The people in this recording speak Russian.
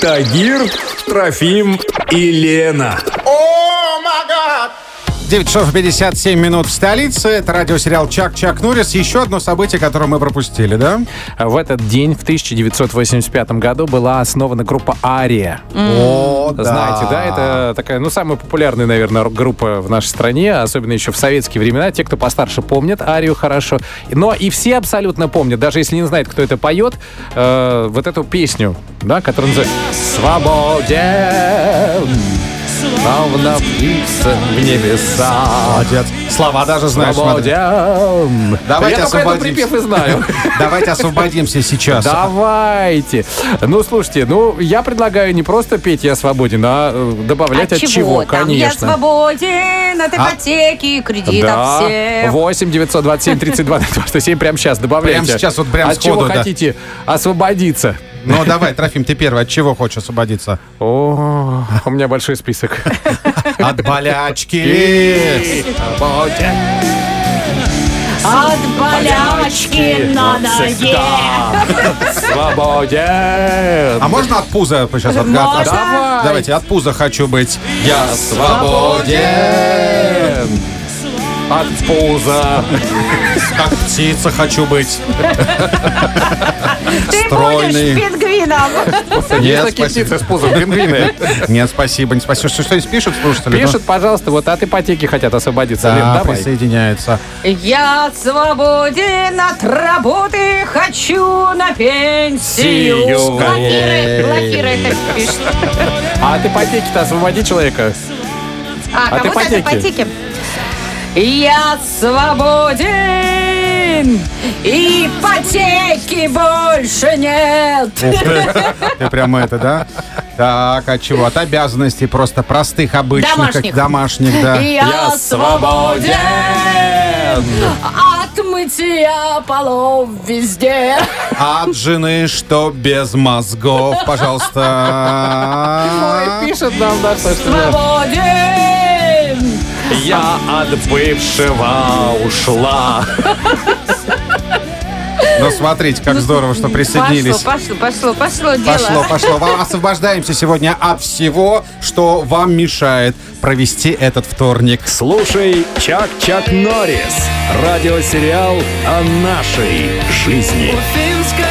Тагир, Трофим и Лена. 9 часов 57 минут в столице. Это радиосериал «Чак-Чак Нурис». Еще одно событие, которое мы пропустили, да? В этот день, в 1985 году, была основана группа «Ария». О, Знаете, да, это такая, ну, самая популярная, наверное, группа в нашей стране, особенно еще в советские времена. Те, кто постарше, помнят Арию хорошо. Но и все абсолютно помнят, даже если не знают, кто это поет, э, вот эту песню, да, которая называется «Свободен». Словно птица в небеса. Молодец. Слова даже знаешь. смотри. Свободен. Давайте Я только этот освободимся. припев и знаю. Давайте освободимся сейчас. Давайте. Ну, слушайте, ну, я предлагаю не просто петь «Я свободен», а э, добавлять от, чего, там? Я конечно. А? свободен от ипотеки, кредитов Да, всех. 8 927 32 7 прямо сейчас добавляйте. Прямо сейчас, вот прям От чего сходу, да. хотите освободиться? Ну, давай, Трофим, ты первый. От чего хочешь освободиться? О, у меня большой список. От болячки. Свободен а От болячки надоел. всегда. Свободен. А можно от пуза сейчас от- от- Можно. от- Давай. Давайте, от пуза хочу быть. Я Свободен. От пуза. как птица хочу быть. Ты Стройный. будешь пингвином. Есть Нет, такие птицы спасибо. с пузом, пингвины. Нет, спасибо, не спасибо. Что, что-нибудь пишут слушатели? Ну, Пишут, пожалуйста, вот от ипотеки хотят освободиться. Лен, Да, давай. присоединяется. Я свободен от работы, хочу на пенсию. Сию. Блокируй, блокируй это пишет. А от ипотеки-то освободи человека. А, От кому-то ипотеки. ипотеки. Я свободен, ипотеки больше нет. Ух ты, ты прямо это, да? Так, от чего? От обязанностей просто простых, обычных, как Домашних. домашних, да. Я свободен от мытья полов везде. А От жены, что без мозгов, пожалуйста. Ой, пишет нам наш слушатель. Свободен. Я от бывшего ушла. Ну, смотрите, как здорово, что присоединились. Пошло, пошло, пошло, пошло Пошло, дело. пошло. Вам освобождаемся сегодня от всего, что вам мешает провести этот вторник. Слушай Чак-Чак Норрис. Радиосериал о нашей жизни. Финская